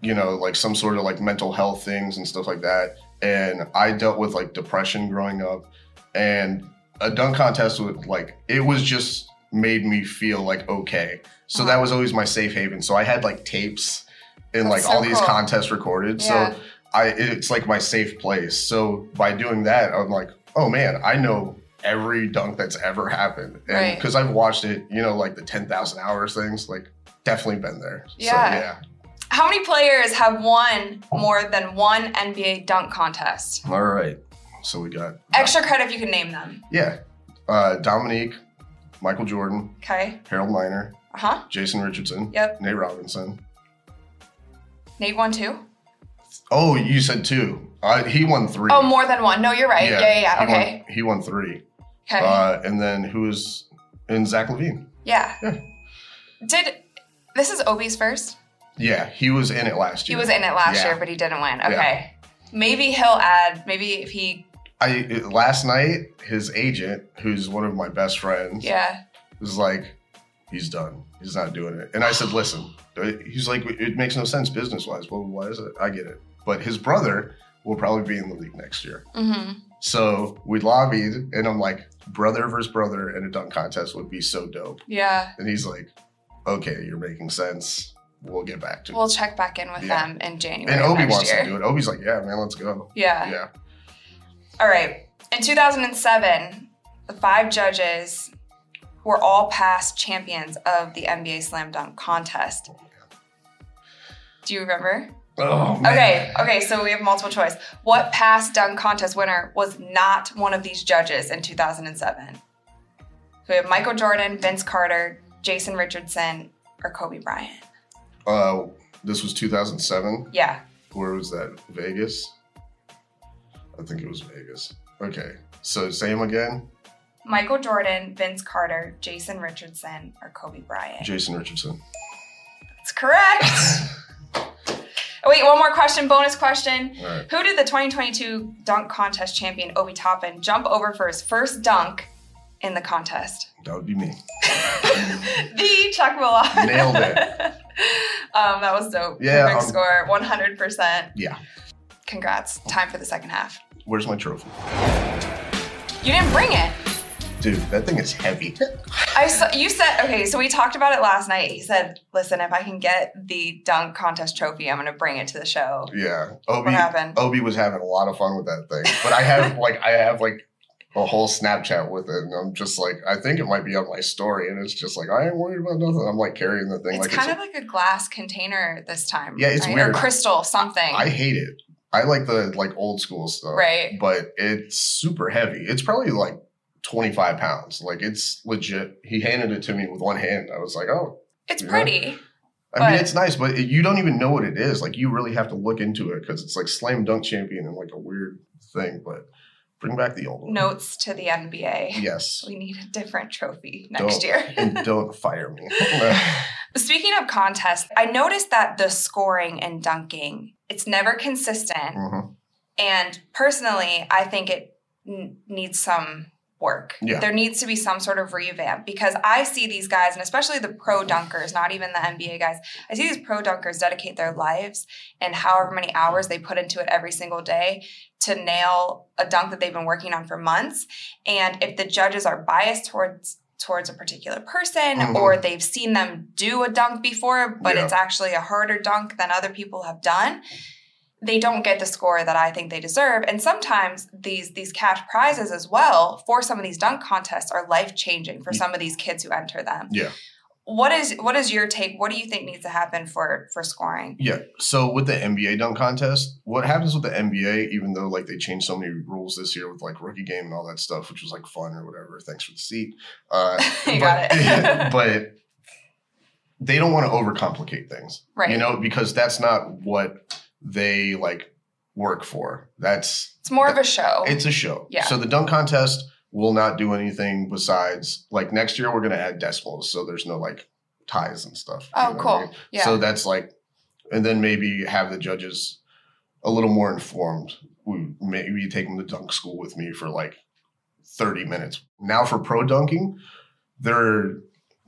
[SPEAKER 2] you know, like some sort of like mental health things and stuff like that. And I dealt with like depression growing up, and a dunk contest was like it was just made me feel like okay. So
[SPEAKER 3] Uh-huh.
[SPEAKER 2] that was always my safe haven. So I had like tapes and like
[SPEAKER 3] That's so
[SPEAKER 2] all these
[SPEAKER 3] cool.
[SPEAKER 2] contests recorded.
[SPEAKER 3] Yeah.
[SPEAKER 2] So I it's like my safe place. So by doing that, I'm like, oh man, I know every dunk that's ever happened. And
[SPEAKER 3] Right.
[SPEAKER 2] because I've watched it, you know, like the 10,000 hours things, like definitely been there.
[SPEAKER 3] Yeah.
[SPEAKER 2] So yeah.
[SPEAKER 3] How many players have won more than one NBA dunk contest?
[SPEAKER 2] All right. So we got
[SPEAKER 3] Extra credit if you can name them.
[SPEAKER 2] Yeah. Uh, Dominique, Michael Jordan,
[SPEAKER 3] Okay.
[SPEAKER 2] Harold Miner,
[SPEAKER 3] Uh huh.
[SPEAKER 2] Jason Richardson,
[SPEAKER 3] Yep.
[SPEAKER 2] Nate Robinson.
[SPEAKER 3] Nate won two.
[SPEAKER 2] Oh, you said two. Uh, he won three.
[SPEAKER 3] Oh, more than one. No, you're right. Yeah, yeah, yeah.
[SPEAKER 2] He won-
[SPEAKER 3] Okay.
[SPEAKER 2] he won three.
[SPEAKER 3] Okay.
[SPEAKER 2] Uh, and then who is and Zach Levine?
[SPEAKER 3] yeah.
[SPEAKER 2] yeah.
[SPEAKER 3] Did this is Obi's first?
[SPEAKER 2] Yeah, he was in it last
[SPEAKER 3] He
[SPEAKER 2] year.
[SPEAKER 3] was in it last
[SPEAKER 2] Yeah.
[SPEAKER 3] year, but he didn't win.
[SPEAKER 2] Yeah.
[SPEAKER 3] Okay. Maybe he'll add. Maybe if he.
[SPEAKER 2] I it- last night his agent, who's one of my best friends,
[SPEAKER 3] Yeah.
[SPEAKER 2] was like, "He's done. He's not doing it." And I said, "Listen," he's like, "It makes no sense business wise." Well, why is it? I get it, but his brother will probably be in the league next year.
[SPEAKER 3] Mm-hmm.
[SPEAKER 2] So we lobbied, and I'm like, "Brother versus brother in a dunk contest would be so dope."
[SPEAKER 3] Yeah.
[SPEAKER 2] And he's like, "Okay, you're making sense. We'll get back to it."
[SPEAKER 3] We'll check back in with
[SPEAKER 2] Yeah.
[SPEAKER 3] them in January.
[SPEAKER 2] and Obi
[SPEAKER 3] next
[SPEAKER 2] wants
[SPEAKER 3] year.
[SPEAKER 2] to do it. Obi's like, "Yeah, man, let's go."
[SPEAKER 3] Yeah.
[SPEAKER 2] Yeah.
[SPEAKER 3] All right. In 2007, the five judges were all past champions of the NBA Slam Dunk contest. Do you remember?
[SPEAKER 2] Oh man.
[SPEAKER 3] Okay, okay, so we have multiple choice. What past dunk contest winner was not one of these judges in 2007? So we have Michael Jordan, Vince Carter, Jason Richardson, or Kobe Bryant.
[SPEAKER 2] Uh, this was 2007.
[SPEAKER 3] Yeah.
[SPEAKER 2] Where was that? Vegas? I think it was Vegas. Okay. So same again.
[SPEAKER 3] Michael Jordan, Vince Carter, Jason Richardson, or Kobe Bryant.
[SPEAKER 2] Jason Richardson.
[SPEAKER 3] That's correct. Oh, Wait, one more question, bonus question.
[SPEAKER 2] All right.
[SPEAKER 3] Who did the 2022 dunk contest champion Obi Toppin jump over for his first dunk in the contest?
[SPEAKER 2] That would be me.
[SPEAKER 3] the Chuck Millot.
[SPEAKER 2] Nailed it.
[SPEAKER 3] um, that was dope.
[SPEAKER 2] Yeah,
[SPEAKER 3] Perfect
[SPEAKER 2] um,
[SPEAKER 3] score, 100%.
[SPEAKER 2] Yeah.
[SPEAKER 3] Congrats. Time for the second half.
[SPEAKER 2] Where's my trophy?
[SPEAKER 3] You didn't bring it.
[SPEAKER 2] Dude, that thing is heavy.
[SPEAKER 3] I saw, you said okay, so we talked about it last night. He said, "Listen, if I can get the dunk contest trophy, I'm going to bring it to the show."
[SPEAKER 2] Yeah. Obi
[SPEAKER 3] What happened?
[SPEAKER 2] Obi was having a lot of fun with that thing. But I have like I have like a whole Snapchat with it, and I'm just like, I think it might be on my story, and it's just like I ain't worried about nothing. I'm like carrying the thing
[SPEAKER 3] It's
[SPEAKER 2] like
[SPEAKER 3] kind of like a glass container this time.
[SPEAKER 2] Yeah, it's
[SPEAKER 3] right? Or
[SPEAKER 2] weird.
[SPEAKER 3] crystal something.
[SPEAKER 2] I hate it. I like the like old school stuff.
[SPEAKER 3] Right.
[SPEAKER 2] But it's super heavy. It's probably like 25 pounds. Like it's legit. He handed it to me with one hand. I was like, oh.
[SPEAKER 3] it's
[SPEAKER 2] Yeah.
[SPEAKER 3] pretty.
[SPEAKER 2] I
[SPEAKER 3] But-
[SPEAKER 2] mean, it's nice, but it, you don't even know what it is. Like you really have to look into it because it's like slam dunk champion and like a weird thing. But bring back the old one.
[SPEAKER 3] Notes to the NBA.
[SPEAKER 2] Yes.
[SPEAKER 3] We need a different trophy next
[SPEAKER 2] Dope.
[SPEAKER 3] year.
[SPEAKER 2] and don't fire me.
[SPEAKER 3] Speaking of contests, I noticed that the scoring and dunking, it's never consistent.
[SPEAKER 2] Mhm.
[SPEAKER 3] And personally, I think it n- needs some work.
[SPEAKER 2] Yeah.
[SPEAKER 3] There needs to be some sort of revamp because I see these guys, and especially the pro dunkers, not even the NBA guys, I see these pro dunkers dedicate their lives and however many hours they put into it every single day to nail a dunk that they've been working on for months. And if the judges are biased towards towards a particular person
[SPEAKER 2] Mhm.
[SPEAKER 3] or they've seen them do a dunk before, but
[SPEAKER 2] Yeah.
[SPEAKER 3] it's actually a harder dunk than other people have done, they don't get the score that I think they deserve. And sometimes these these cash prizes as well for some of these dunk contests are life changing for some of these kids who enter them.
[SPEAKER 2] Mm. Yeah.
[SPEAKER 3] What is what is your take? What do you think needs to happen for for scoring?
[SPEAKER 2] Yeah. So with the NBA dunk contest, what happens with the NBA, even though like they changed so many rules this year with like rookie game and all that stuff, which was like fun or whatever. Thanks for the seat. Uh,
[SPEAKER 3] you got
[SPEAKER 2] but-
[SPEAKER 3] it.
[SPEAKER 2] but they don't want to overcomplicate things.
[SPEAKER 3] right.
[SPEAKER 2] You know, because that's not what they like work for. That's
[SPEAKER 3] it's more of a show.
[SPEAKER 2] it's a show.
[SPEAKER 3] Oh. Yeah.
[SPEAKER 2] So the dunk contest will not do anything besides like next year we're gonna add decimals, so there's no like ties and stuff. you
[SPEAKER 3] Oh,
[SPEAKER 2] know what I
[SPEAKER 3] cool.
[SPEAKER 2] mean?
[SPEAKER 3] Yeah.
[SPEAKER 2] So that's like, and then maybe have the judges a little more informed. We maybe take them to dunk school with me for like 30 minutes. Now for pro dunking, there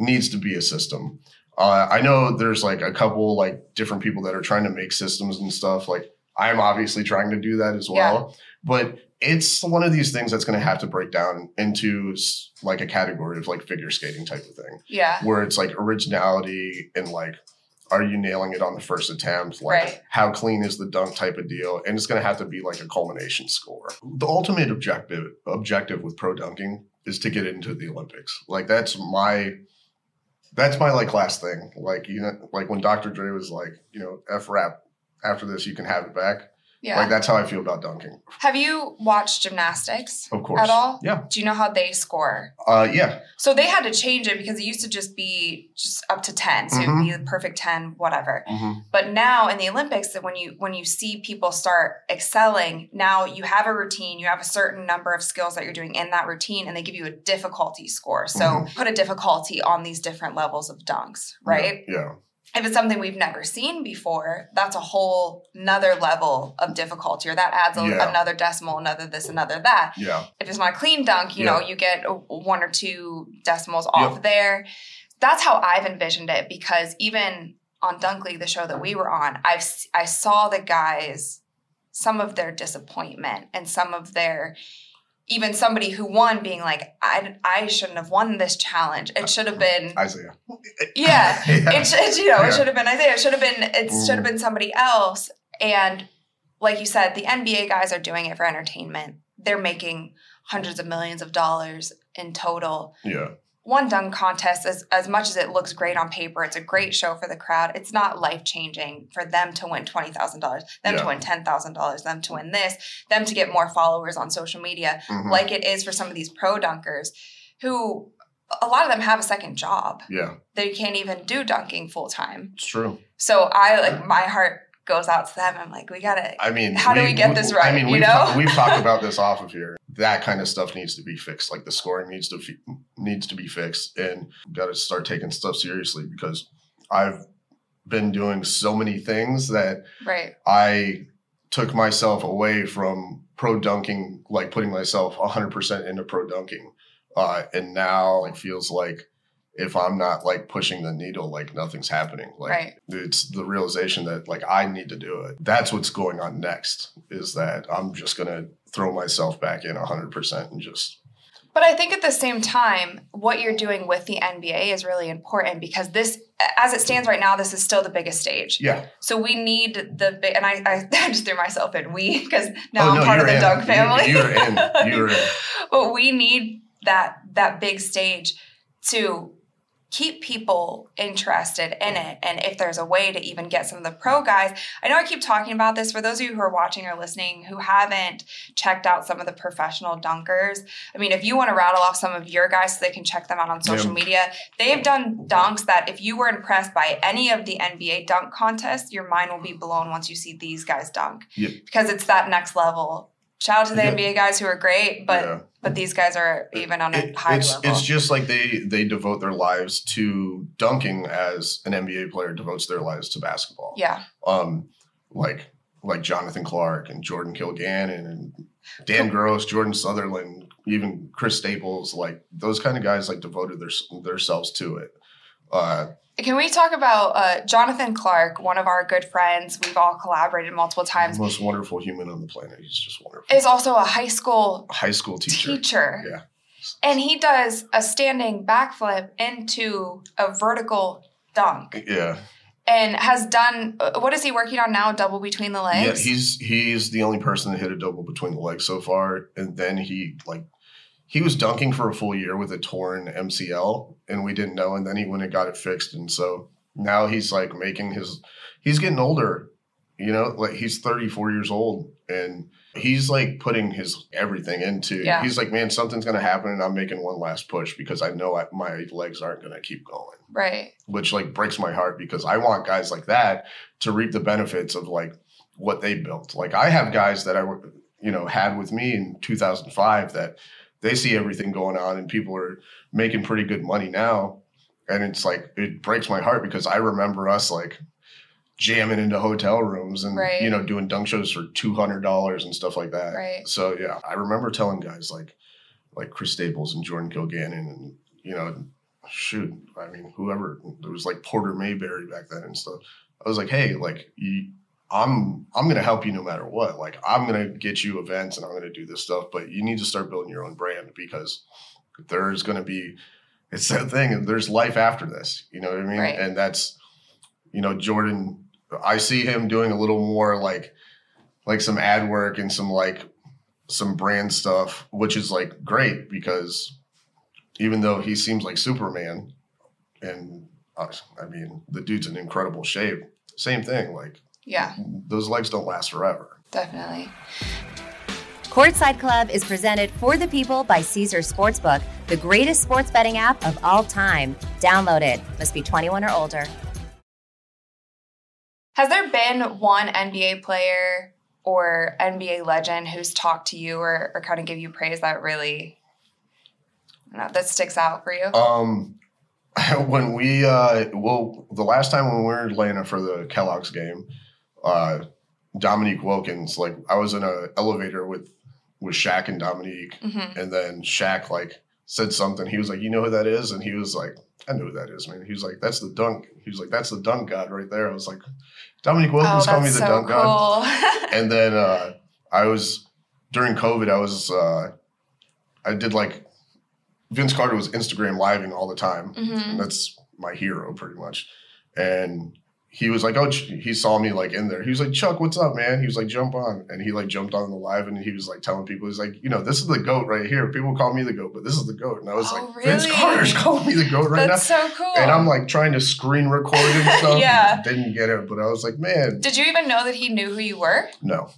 [SPEAKER 2] needs to be a system. Uh, I know there's like a couple like different people that are trying to make systems and stuff. Like I'm obviously trying to do that as well, but it's one of these things that's going to have to break down into s- like a category of like figure skating type of thing
[SPEAKER 3] yeah.
[SPEAKER 2] where it's like originality and like are you nailing it on the first attempt like
[SPEAKER 3] Right.
[SPEAKER 2] how clean is the dunk type of deal and it's going to have to be like a culmination score the ultimate objective objective with pro dunking is to get into the olympics like that's my that's my like last thing like you know like when dr dre was like you know f rap after this you can have it back
[SPEAKER 3] Yeah.
[SPEAKER 2] like that's how i feel about dunking
[SPEAKER 3] Have you watched gymnastics?
[SPEAKER 2] of course
[SPEAKER 3] At all?
[SPEAKER 2] yeah
[SPEAKER 3] Do you know how they score?
[SPEAKER 2] uh yeah
[SPEAKER 3] So they had to change it because it used to just be just up to 10. So it would be
[SPEAKER 2] Mm-hmm.
[SPEAKER 3] the perfect 10, whatever.
[SPEAKER 2] Mhm.
[SPEAKER 3] But now in the Olympics, that when you when you see people start excelling, now you have a routine, you have a certain number of skills that you're doing in that routine, and they give you a difficulty score. So
[SPEAKER 2] Mhm.
[SPEAKER 3] put a difficulty on these different levels of dunks, right?
[SPEAKER 2] yeah, yeah.
[SPEAKER 3] If it's something we've never seen before, that's a whole another level of difficulty, or that adds a,
[SPEAKER 2] Yeah.
[SPEAKER 3] another decimal, another this, another that
[SPEAKER 2] yeah.
[SPEAKER 3] if it's not a clean dunk, you
[SPEAKER 2] Yeah.
[SPEAKER 3] know, you get a- one or two decimals off there. That's how I've envisioned it because even on Dunk League, the show that we were on, I've s- I saw the guys some of their disappointment and some of their even somebody who won being like I, I shouldn't have won this challenge. It should have been
[SPEAKER 2] isaiah
[SPEAKER 3] yeah.
[SPEAKER 2] yeah.
[SPEAKER 3] It should, you know,
[SPEAKER 2] Yeah.
[SPEAKER 3] it should have been Isaiah. It should have been it
[SPEAKER 2] Mhm.
[SPEAKER 3] should have been somebody else. And like you said, the NBA guys are doing it for entertainment. They're making hundreds of millions of dollars in total.
[SPEAKER 2] yeah
[SPEAKER 3] One dunk contest, as as much as it looks great on paper, it's a great show for the crowd. It's not life changing for them to win twenty thousand dollars, them
[SPEAKER 2] Yeah.
[SPEAKER 3] to win ten thousand dollars, them to win this, them to get more followers on social media
[SPEAKER 2] Mhm.
[SPEAKER 3] like it is for some of these pro dunkers who a lot of them have a second job.
[SPEAKER 2] yeah
[SPEAKER 3] They can't even do dunking full time.
[SPEAKER 2] it's true
[SPEAKER 3] So I like my heart goes out to them. I'm like, we gotta
[SPEAKER 2] I mean,
[SPEAKER 3] How do we get this right,
[SPEAKER 2] I mean,
[SPEAKER 3] you
[SPEAKER 2] we've,
[SPEAKER 3] know?
[SPEAKER 2] we've talked about this off of here. That kind of stuff needs to be fixed. Like the scoring needs to fe- needs to be fixed, and got to start taking stuff seriously because I've been doing so many things that
[SPEAKER 3] right.
[SPEAKER 2] I took myself away from pro dunking, like putting myself 100% into pro dunking. Uh, and now it feels like if I'm not like pushing the needle, like nothing's happening. Like
[SPEAKER 3] Right.
[SPEAKER 2] it's the realization that like I need to do it. That's what's going on next is that I'm just going to throw myself back in 100% and just,
[SPEAKER 3] But I think at the same time, what you're doing with the NBA is really important because this, as it stands right now, this is still the biggest stage.
[SPEAKER 2] yeah.
[SPEAKER 3] So we need the big, and I, I, I just threw myself in we because now I'm part
[SPEAKER 2] Oh, you're
[SPEAKER 3] of the
[SPEAKER 2] in.
[SPEAKER 3] dunk family.
[SPEAKER 2] You, are in. You're in.
[SPEAKER 3] but we need that that big stage to keep people interested in it and if there's a way to even get some of the pro guys i know i keep talking about this for those of you who are watching or listening who haven't checked out some of the professional dunkers i mean if you want to rattle off some of your guys so they can check them out on social
[SPEAKER 2] Yeah.
[SPEAKER 3] media they've done dunks that if you were impressed by any of the nba dunk contests your mind will be blown once you see these guys dunk
[SPEAKER 2] Yep.
[SPEAKER 3] because it's that next level shout out to the
[SPEAKER 2] Yeah.
[SPEAKER 3] nba guys who are great but
[SPEAKER 2] Yeah.
[SPEAKER 3] but these guys are even on a
[SPEAKER 2] It-
[SPEAKER 3] higher
[SPEAKER 2] it's,
[SPEAKER 3] level.
[SPEAKER 2] It's just like they they devote their lives to dunking as an NBA player devotes their lives to basketball.
[SPEAKER 3] yeah.
[SPEAKER 2] Um, like like Jonathan Clark and Jordan Kilgannon and Dan Gross, Jordan Sutherland, even Chris Staples, like those kind of guys, like devoted their themselves to it. Uh,
[SPEAKER 3] Can we talk about uh, Jonathan Clark, one of our good friends? We've all collaborated multiple times.
[SPEAKER 2] most wonderful human on the planet. He's just wonderful.
[SPEAKER 3] Is also a high school
[SPEAKER 2] High school Mm-hmm. teacher.
[SPEAKER 3] teacher.
[SPEAKER 2] Yeah.
[SPEAKER 3] And he does a standing backflip into a vertical dunk
[SPEAKER 2] Yeah.
[SPEAKER 3] and has done uh, what is he working on now? Double between the
[SPEAKER 2] Yeah,
[SPEAKER 3] legs?
[SPEAKER 2] he's he's the only person that hit a double between the legs so far, and then he like he was dunking for a full year with a torn MCL, and we didn't know, and then he went and got it fixed, and so now he's like making his he's getting older, you know, like he's thirty four years old, and he's like putting his everything into.
[SPEAKER 3] Yeah.
[SPEAKER 2] He's like, man, something's gonna happen, and I'm making one last push because I know I, my legs aren't gonna keep going
[SPEAKER 3] right.
[SPEAKER 2] which like breaks my heart because I want guys like that to reap the benefits of like what they built. Like I have guys that I were- you know had with me in 2005 that they see everything going on and people are making pretty good money now and it's like it breaks my heart because I remember us like jamming into hotel rooms and
[SPEAKER 3] Right.
[SPEAKER 2] you know doing dunk shows for $200 and stuff like that.
[SPEAKER 3] Right.
[SPEAKER 2] So yeah, I remember telling guys like like Chris Staples and Jordan Kilgannon and you know shoot, I mean, whoever there was like Porter Mayberry back then and stuff. I was like, hey, like you, I'm I'm gonna help you no matter what. Like I'm gonna get you events and I'm gonna do this stuff, but you need to start building your own brand because there's gonna be it's that thing. There's life after this. You know what I mean?
[SPEAKER 3] Right.
[SPEAKER 2] And that's you know Jordan. I see him doing a little more like like some ad work and some like some brand stuff, which is like great because even though he seems like Superman, and uh, I mean, the dude's in incredible shape. Same thing, like
[SPEAKER 3] Yeah,
[SPEAKER 2] those legs don't last forever.
[SPEAKER 3] definitely.
[SPEAKER 1] Courtside Club is presented for the people by Caesar Sportsbook, the greatest sports betting app of all time. Download it. Must be 21 or older.
[SPEAKER 3] Has there been one NBA player or NBA legend who's talked to you or, or kind of give you praise that really I don't know, that sticks out for you?
[SPEAKER 2] Um, when we, uh, well, the last time when we were in Atlanta for the Kellogg's game, uh, Dominique Wilkins, like I was in a elevator with with Shaq and Dominique,
[SPEAKER 3] hmm
[SPEAKER 2] and then Shaq like said something. He was like, "You know who that is?" And he was like, "I know who that is, man." He was like, "That's the dunk." He was like, "That's the dunk god right there." I was like, "Dominique
[SPEAKER 3] Oh,
[SPEAKER 2] Wilkins
[SPEAKER 3] that's
[SPEAKER 2] called me the
[SPEAKER 3] so
[SPEAKER 2] dunk god."
[SPEAKER 3] cool.
[SPEAKER 2] and then uh, I was during COVID. I was uh, I did like Vince Carter was Instagram living all the time.
[SPEAKER 3] Mhm.
[SPEAKER 2] That's my hero pretty much. And he was like, oh, Ch- he saw me like in there. He was like, Chuck, what's up, man? He was like, jump on, and he like jumped on the live, and he was like telling people, he's like, you know, this is the goat right here. People call me the goat, but this is the goat. And I was
[SPEAKER 3] Oh,
[SPEAKER 2] like, Vince
[SPEAKER 3] really?
[SPEAKER 2] Carter's calling me the goat right
[SPEAKER 3] that's
[SPEAKER 2] now.
[SPEAKER 3] so cool.
[SPEAKER 2] And I'm like trying to screen record and stuff.
[SPEAKER 3] Yeah.
[SPEAKER 2] Didn't get it, but I was like, man,
[SPEAKER 3] Did you even know that he knew who you were?
[SPEAKER 2] no.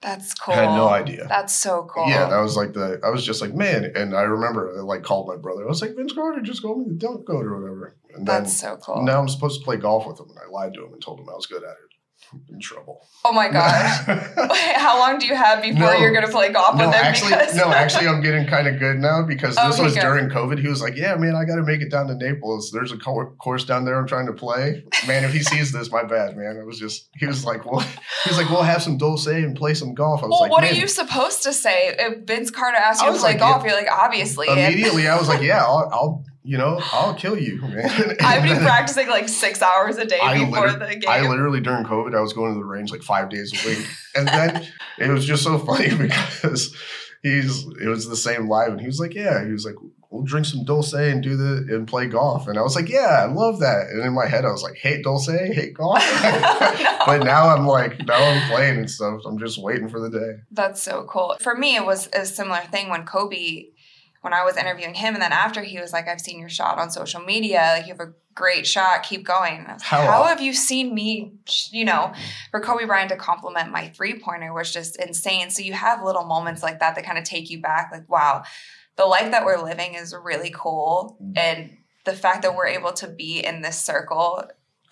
[SPEAKER 3] That's cool.
[SPEAKER 2] I had no idea.
[SPEAKER 3] That's so cool.
[SPEAKER 2] Yeah, that was like the I was just like, man, and I remember I like called my brother. I was like, Vince Carter just called me the dunk goat or whatever. And then
[SPEAKER 3] That's so cool.
[SPEAKER 2] now I'm supposed to play golf with him and I lied to him and told him I was good at it. I'm in trouble.
[SPEAKER 3] Oh my gosh. Wait, How long do you have before
[SPEAKER 2] No.
[SPEAKER 3] you're going to play golf
[SPEAKER 2] no,
[SPEAKER 3] with him?
[SPEAKER 2] actually
[SPEAKER 3] because Oh,
[SPEAKER 2] no, actually I'm getting kind of good now because this
[SPEAKER 3] Okay,
[SPEAKER 2] was
[SPEAKER 3] good.
[SPEAKER 2] during COVID. He was like, Yeah, man, I gotta make it down to Naples. There's a co- course down there I'm trying to play. Man, if he sees this, my bad, man. It was just he was like, Well he was like, We'll have some dulce and play some golf. I was
[SPEAKER 3] well,
[SPEAKER 2] like,
[SPEAKER 3] what
[SPEAKER 2] man,
[SPEAKER 3] are you supposed to say if Vince Carter asked
[SPEAKER 2] I
[SPEAKER 3] you to
[SPEAKER 2] was
[SPEAKER 3] play
[SPEAKER 2] like,
[SPEAKER 3] golf? You're like, obviously. and
[SPEAKER 2] immediately I was like, yeah, I'll, I'll you know, I'll kill you, man.
[SPEAKER 3] I've
[SPEAKER 2] And
[SPEAKER 3] been
[SPEAKER 2] then
[SPEAKER 3] practicing like six hours a day
[SPEAKER 2] I
[SPEAKER 3] before
[SPEAKER 2] liter-
[SPEAKER 3] the game.
[SPEAKER 2] I literally during COVID, I was going to the range like five days a week, and then it was just so funny because he's it was the same live, and he was like, yeah, he was like, we'll drink some dulce and do the and play golf, and I was like, yeah, I love that, and in my head, I was like, hate dulce, hate golf,
[SPEAKER 3] No.
[SPEAKER 2] but now I'm like, now I'm playing and stuff. I'm just waiting for the day.
[SPEAKER 3] That's so cool. For me, it was a similar thing when Kobe, when I was interviewing him, and then after he was like, I've seen your shot on social media. Like, you have a great shot. Keep going. And I was like,
[SPEAKER 2] How-
[SPEAKER 3] How have you seen me, you know, for Kobe Bryant to compliment my three pointer was just insane. So you have little moments like that that kind of take you back, like, wow, the life that we're living is really cool.
[SPEAKER 2] Mm.
[SPEAKER 3] And the fact that we're able to be in this circle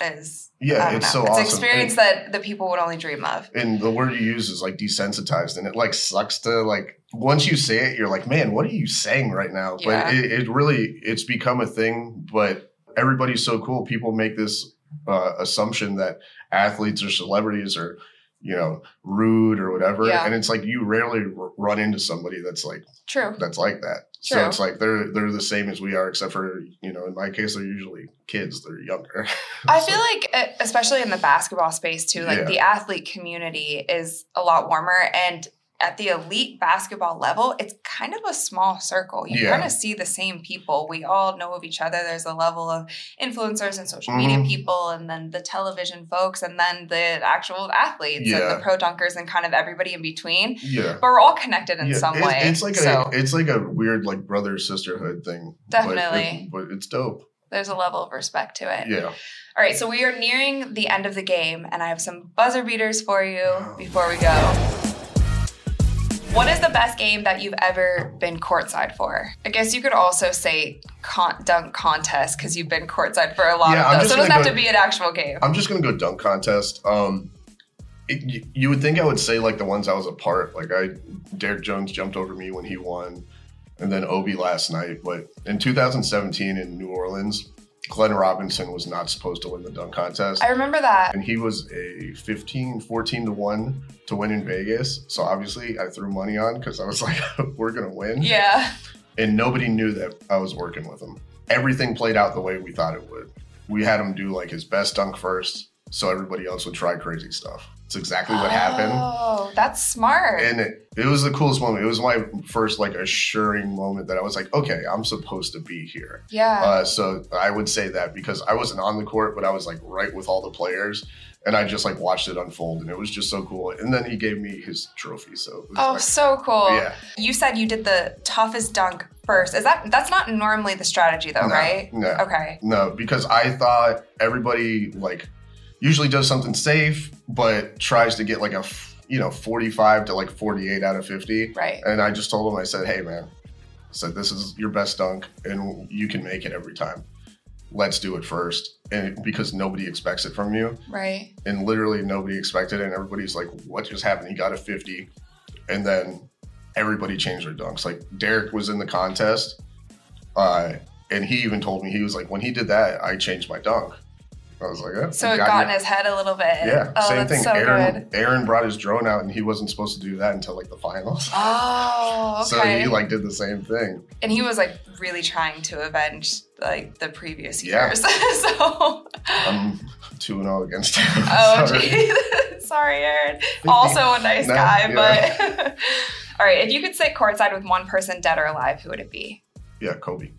[SPEAKER 3] is. I
[SPEAKER 2] Yeah,
[SPEAKER 3] don't
[SPEAKER 2] it's
[SPEAKER 3] know.
[SPEAKER 2] so
[SPEAKER 3] it's
[SPEAKER 2] awesome.
[SPEAKER 3] an experience
[SPEAKER 2] And-
[SPEAKER 3] that the people would only dream of.
[SPEAKER 2] and the word you use is like desensitized and it like sucks to like once you say it you're like man what are you saying right now
[SPEAKER 3] Yeah.
[SPEAKER 2] but it, it really it's become a thing but everybody's so cool people make this uh, assumption that athletes or celebrities are you know, rude or whatever.
[SPEAKER 3] Yeah.
[SPEAKER 2] And it's like you rarely r- run into somebody that's like
[SPEAKER 3] True.
[SPEAKER 2] that's like that.
[SPEAKER 3] True.
[SPEAKER 2] So it's like they're they're the same as we are, except for you know, in my case, they're usually kids. They're younger.
[SPEAKER 3] I
[SPEAKER 2] So-
[SPEAKER 3] feel like, uh, especially in the basketball space too, like
[SPEAKER 2] Yeah.
[SPEAKER 3] the athlete community is a lot warmer. And at the elite basketball level, it's kind of a small circle. You
[SPEAKER 2] Yeah.
[SPEAKER 3] kind of see the same people. We all know of each other. There's a level of influencers and social media
[SPEAKER 2] Mhm.
[SPEAKER 3] people, and then the television folks, and then the actual athletes
[SPEAKER 2] Yeah.
[SPEAKER 3] and the pro dunkers, and kind of everybody in between.
[SPEAKER 2] yeah.
[SPEAKER 3] But we're all connected in
[SPEAKER 2] Yeah,
[SPEAKER 3] some
[SPEAKER 2] it's-
[SPEAKER 3] way.
[SPEAKER 2] It's like
[SPEAKER 3] so
[SPEAKER 2] a it's like a weird like brother sisterhood thing. but it-
[SPEAKER 3] Definitely.
[SPEAKER 2] But, it's dope.
[SPEAKER 3] there's a level of respect to it.
[SPEAKER 2] Yeah.
[SPEAKER 3] All right, so we are nearing the end of the game, and I have some buzzer beaters for you before we go. What is the best game that you've ever been courtside for? I guess you could also say con- dunk contest because you've been courtside for a lot
[SPEAKER 2] Yeah, I'm
[SPEAKER 3] of those.
[SPEAKER 2] just
[SPEAKER 3] So it doesn't
[SPEAKER 2] gonna
[SPEAKER 3] have
[SPEAKER 2] go-
[SPEAKER 3] to be an actual game.
[SPEAKER 2] I'm just gonna go dunk contest. Um it, you, you would think I would say like the ones I was a part. Like I Derek Jones jumped over me when he won, and then Obi last night. But in 2017 in New Orleans, Glenn Robinson was not supposed to win the dunk contest.
[SPEAKER 3] I remember that.
[SPEAKER 2] and he was a 15 14 to 1 to win in vegas so obviously i threw money on because i was like we're gonna win
[SPEAKER 3] Yeah.
[SPEAKER 2] and nobody knew that i was working with him everything played out the way we thought it would we had him do like his best dunk first so everybody else would try crazy stuff it's exactly what happened
[SPEAKER 3] Oh, that's smart.
[SPEAKER 2] and it, it was the coolest moment it was my first like assuring moment that i was like okay i'm supposed to be here
[SPEAKER 3] yeah.
[SPEAKER 2] uh, so I would say that because I wasn't on the court, but I was like right with all the players, and I just like watched it unfold, and it was just so cool. And then he gave me his trophy, so it was
[SPEAKER 3] oh,
[SPEAKER 2] like-
[SPEAKER 3] so cool.
[SPEAKER 2] yeah,
[SPEAKER 3] You said you did the toughest dunk first. Is that that's not normally the strategy though,
[SPEAKER 2] No,
[SPEAKER 3] right?
[SPEAKER 2] no.
[SPEAKER 3] Okay.
[SPEAKER 2] no, because I thought everybody like usually does something safe, but tries to get like a f- you know forty five to like forty eight out of fifty,
[SPEAKER 3] Right.
[SPEAKER 2] and I just told him I said, hey man, I said this is your best dunk, and you can make it every time. Let's do it first, and because nobody expects it from you.
[SPEAKER 3] Right.
[SPEAKER 2] and literally nobody expected it. And everybody's like, what just happened? He got a 50. And then everybody changed their dunks. Like Derek was in the contest. Uh, and he even told me, he was like, when he did that, I changed my dunk. I was like, yeah.
[SPEAKER 3] So it got, in his head a little bit.
[SPEAKER 2] Yeah,
[SPEAKER 3] Oh,
[SPEAKER 2] same
[SPEAKER 3] that's
[SPEAKER 2] thing.
[SPEAKER 3] so
[SPEAKER 2] Aaron
[SPEAKER 3] good.
[SPEAKER 2] Aaron brought his drone out and he wasn't supposed to do that until like the finals.
[SPEAKER 3] Oh,
[SPEAKER 2] So
[SPEAKER 3] okay.
[SPEAKER 2] he like did the same thing.
[SPEAKER 3] and he was like really trying to avenge like the previous
[SPEAKER 2] Yeah.
[SPEAKER 3] years. so
[SPEAKER 2] I'm 2 and 0 against him.
[SPEAKER 3] Oh
[SPEAKER 2] Sorry.
[SPEAKER 3] geez. Sorry, Aaron. Also a nice
[SPEAKER 2] No,
[SPEAKER 3] guy,
[SPEAKER 2] yeah.
[SPEAKER 3] but all right, if you could sit courtside with one person dead or alive, who would it be?
[SPEAKER 2] Yeah, Kobe.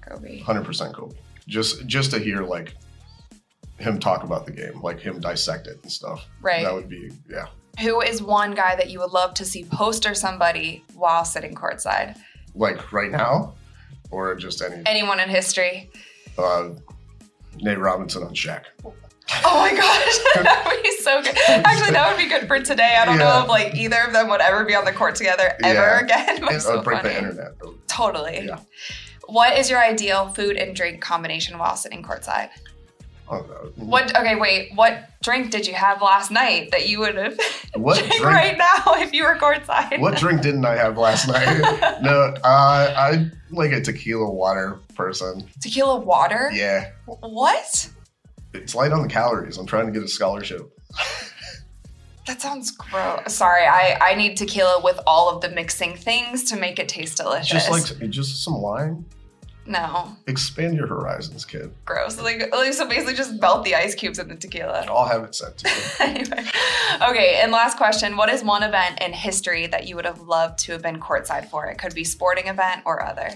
[SPEAKER 3] Kobe.
[SPEAKER 2] hundred percent Kobe. Just just to hear like him talk about the game, like him dissect it and stuff.
[SPEAKER 3] Right.
[SPEAKER 2] That would be yeah.
[SPEAKER 3] Who is one guy that you would love to see poster somebody while sitting courtside?
[SPEAKER 2] Like right now, or just any
[SPEAKER 3] Anyone in history?
[SPEAKER 2] uh, Nate Robinson on Shaq.
[SPEAKER 3] Oh my gosh, that would be so good. Actually, that would be good for today. I don't know
[SPEAKER 2] Yeah.
[SPEAKER 3] if like either of them would ever be on the court together ever
[SPEAKER 2] Yeah.
[SPEAKER 3] again. But
[SPEAKER 2] It
[SPEAKER 3] so
[SPEAKER 2] would Uh, break
[SPEAKER 3] funny.
[SPEAKER 2] the internet.
[SPEAKER 3] Totally.
[SPEAKER 2] Yeah.
[SPEAKER 3] What is your ideal food and drink combination while sitting courtside?
[SPEAKER 2] I don't know.
[SPEAKER 3] What? Okay, wait. What drink did you have last night that you would have
[SPEAKER 2] What
[SPEAKER 3] drink
[SPEAKER 2] drink?
[SPEAKER 3] right now if you were courtside?
[SPEAKER 2] What drink didn't I have last night? no, uh, I'm like a tequila water person.
[SPEAKER 3] Tequila water.
[SPEAKER 2] Yeah,
[SPEAKER 3] What?
[SPEAKER 2] it's light on the calories. I'm trying to get a scholarship.
[SPEAKER 3] That sounds gross. Sorry, I, I need tequila with all of the mixing things to make it taste delicious.
[SPEAKER 2] Just like just some lime.
[SPEAKER 3] no,
[SPEAKER 2] Expand your horizons, kid.
[SPEAKER 3] gross. Like like, so basically just melt the ice cubes in the tequila.
[SPEAKER 2] I'll have it sent to you.
[SPEAKER 3] anyway. Okay, and last question. What is one event in history that you would have loved to have been courtside for? It could be sporting event or other.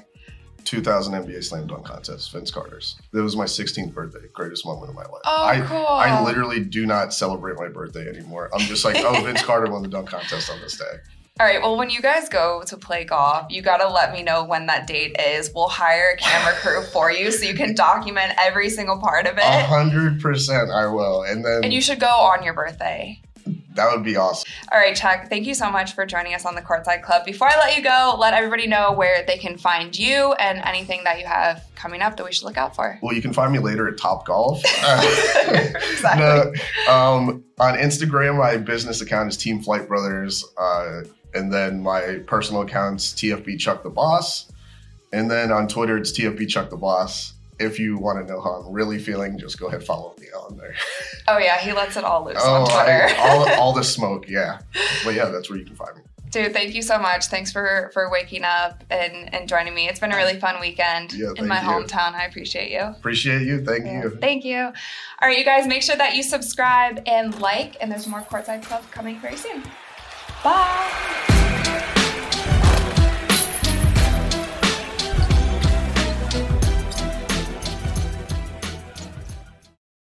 [SPEAKER 2] 2000 NBA Slam Dunk Contest, Vince Carter's. That was my 16th birthday, greatest moment of my life.
[SPEAKER 3] Oh,
[SPEAKER 2] I,
[SPEAKER 3] cool.
[SPEAKER 2] I literally do not celebrate my birthday anymore. I'm just like, oh, Vince Carter won the dunk contest on this day.
[SPEAKER 3] All right, well, when you guys go to play golf, you got to let me know when that date is. We'll hire a camera crew for you so you can document every single part of it.
[SPEAKER 2] A hundred percent, I will. And then
[SPEAKER 3] And you should go on your birthday.
[SPEAKER 2] that would be awesome.
[SPEAKER 3] All right, Chuck, thank you so much for joining us on the Courtside Club. Before I let you go, let everybody know where they can find you and anything that you have coming up that we should look out for.
[SPEAKER 2] Well, you can find me later at Top Golf.
[SPEAKER 3] Exactly.
[SPEAKER 2] No, um, on Instagram, my business account is Team Flight Brothers, uh, and then my personal accounts TFB Chuck the Boss, and then on Twitter it's TFB Chuck the Boss, if you want to know how I'm really feeling, just go ahead follow me on there.
[SPEAKER 3] Oh yeah, he lets it all loose on Twitter.
[SPEAKER 2] Oh, I- all, all the smoke, yeah. But yeah, that's where you can find me.
[SPEAKER 3] Dude, thank you so much. Thanks for for waking up and and joining me. It's been a really fun weekend
[SPEAKER 2] Yeah,
[SPEAKER 3] in my
[SPEAKER 2] thank you.
[SPEAKER 3] hometown. I appreciate you.
[SPEAKER 2] Appreciate you. Thank
[SPEAKER 3] Yeah.
[SPEAKER 2] you.
[SPEAKER 3] Thank you. All right, you guys, make sure that you subscribe and like, and there's more Courtside Club coming very soon. Bye.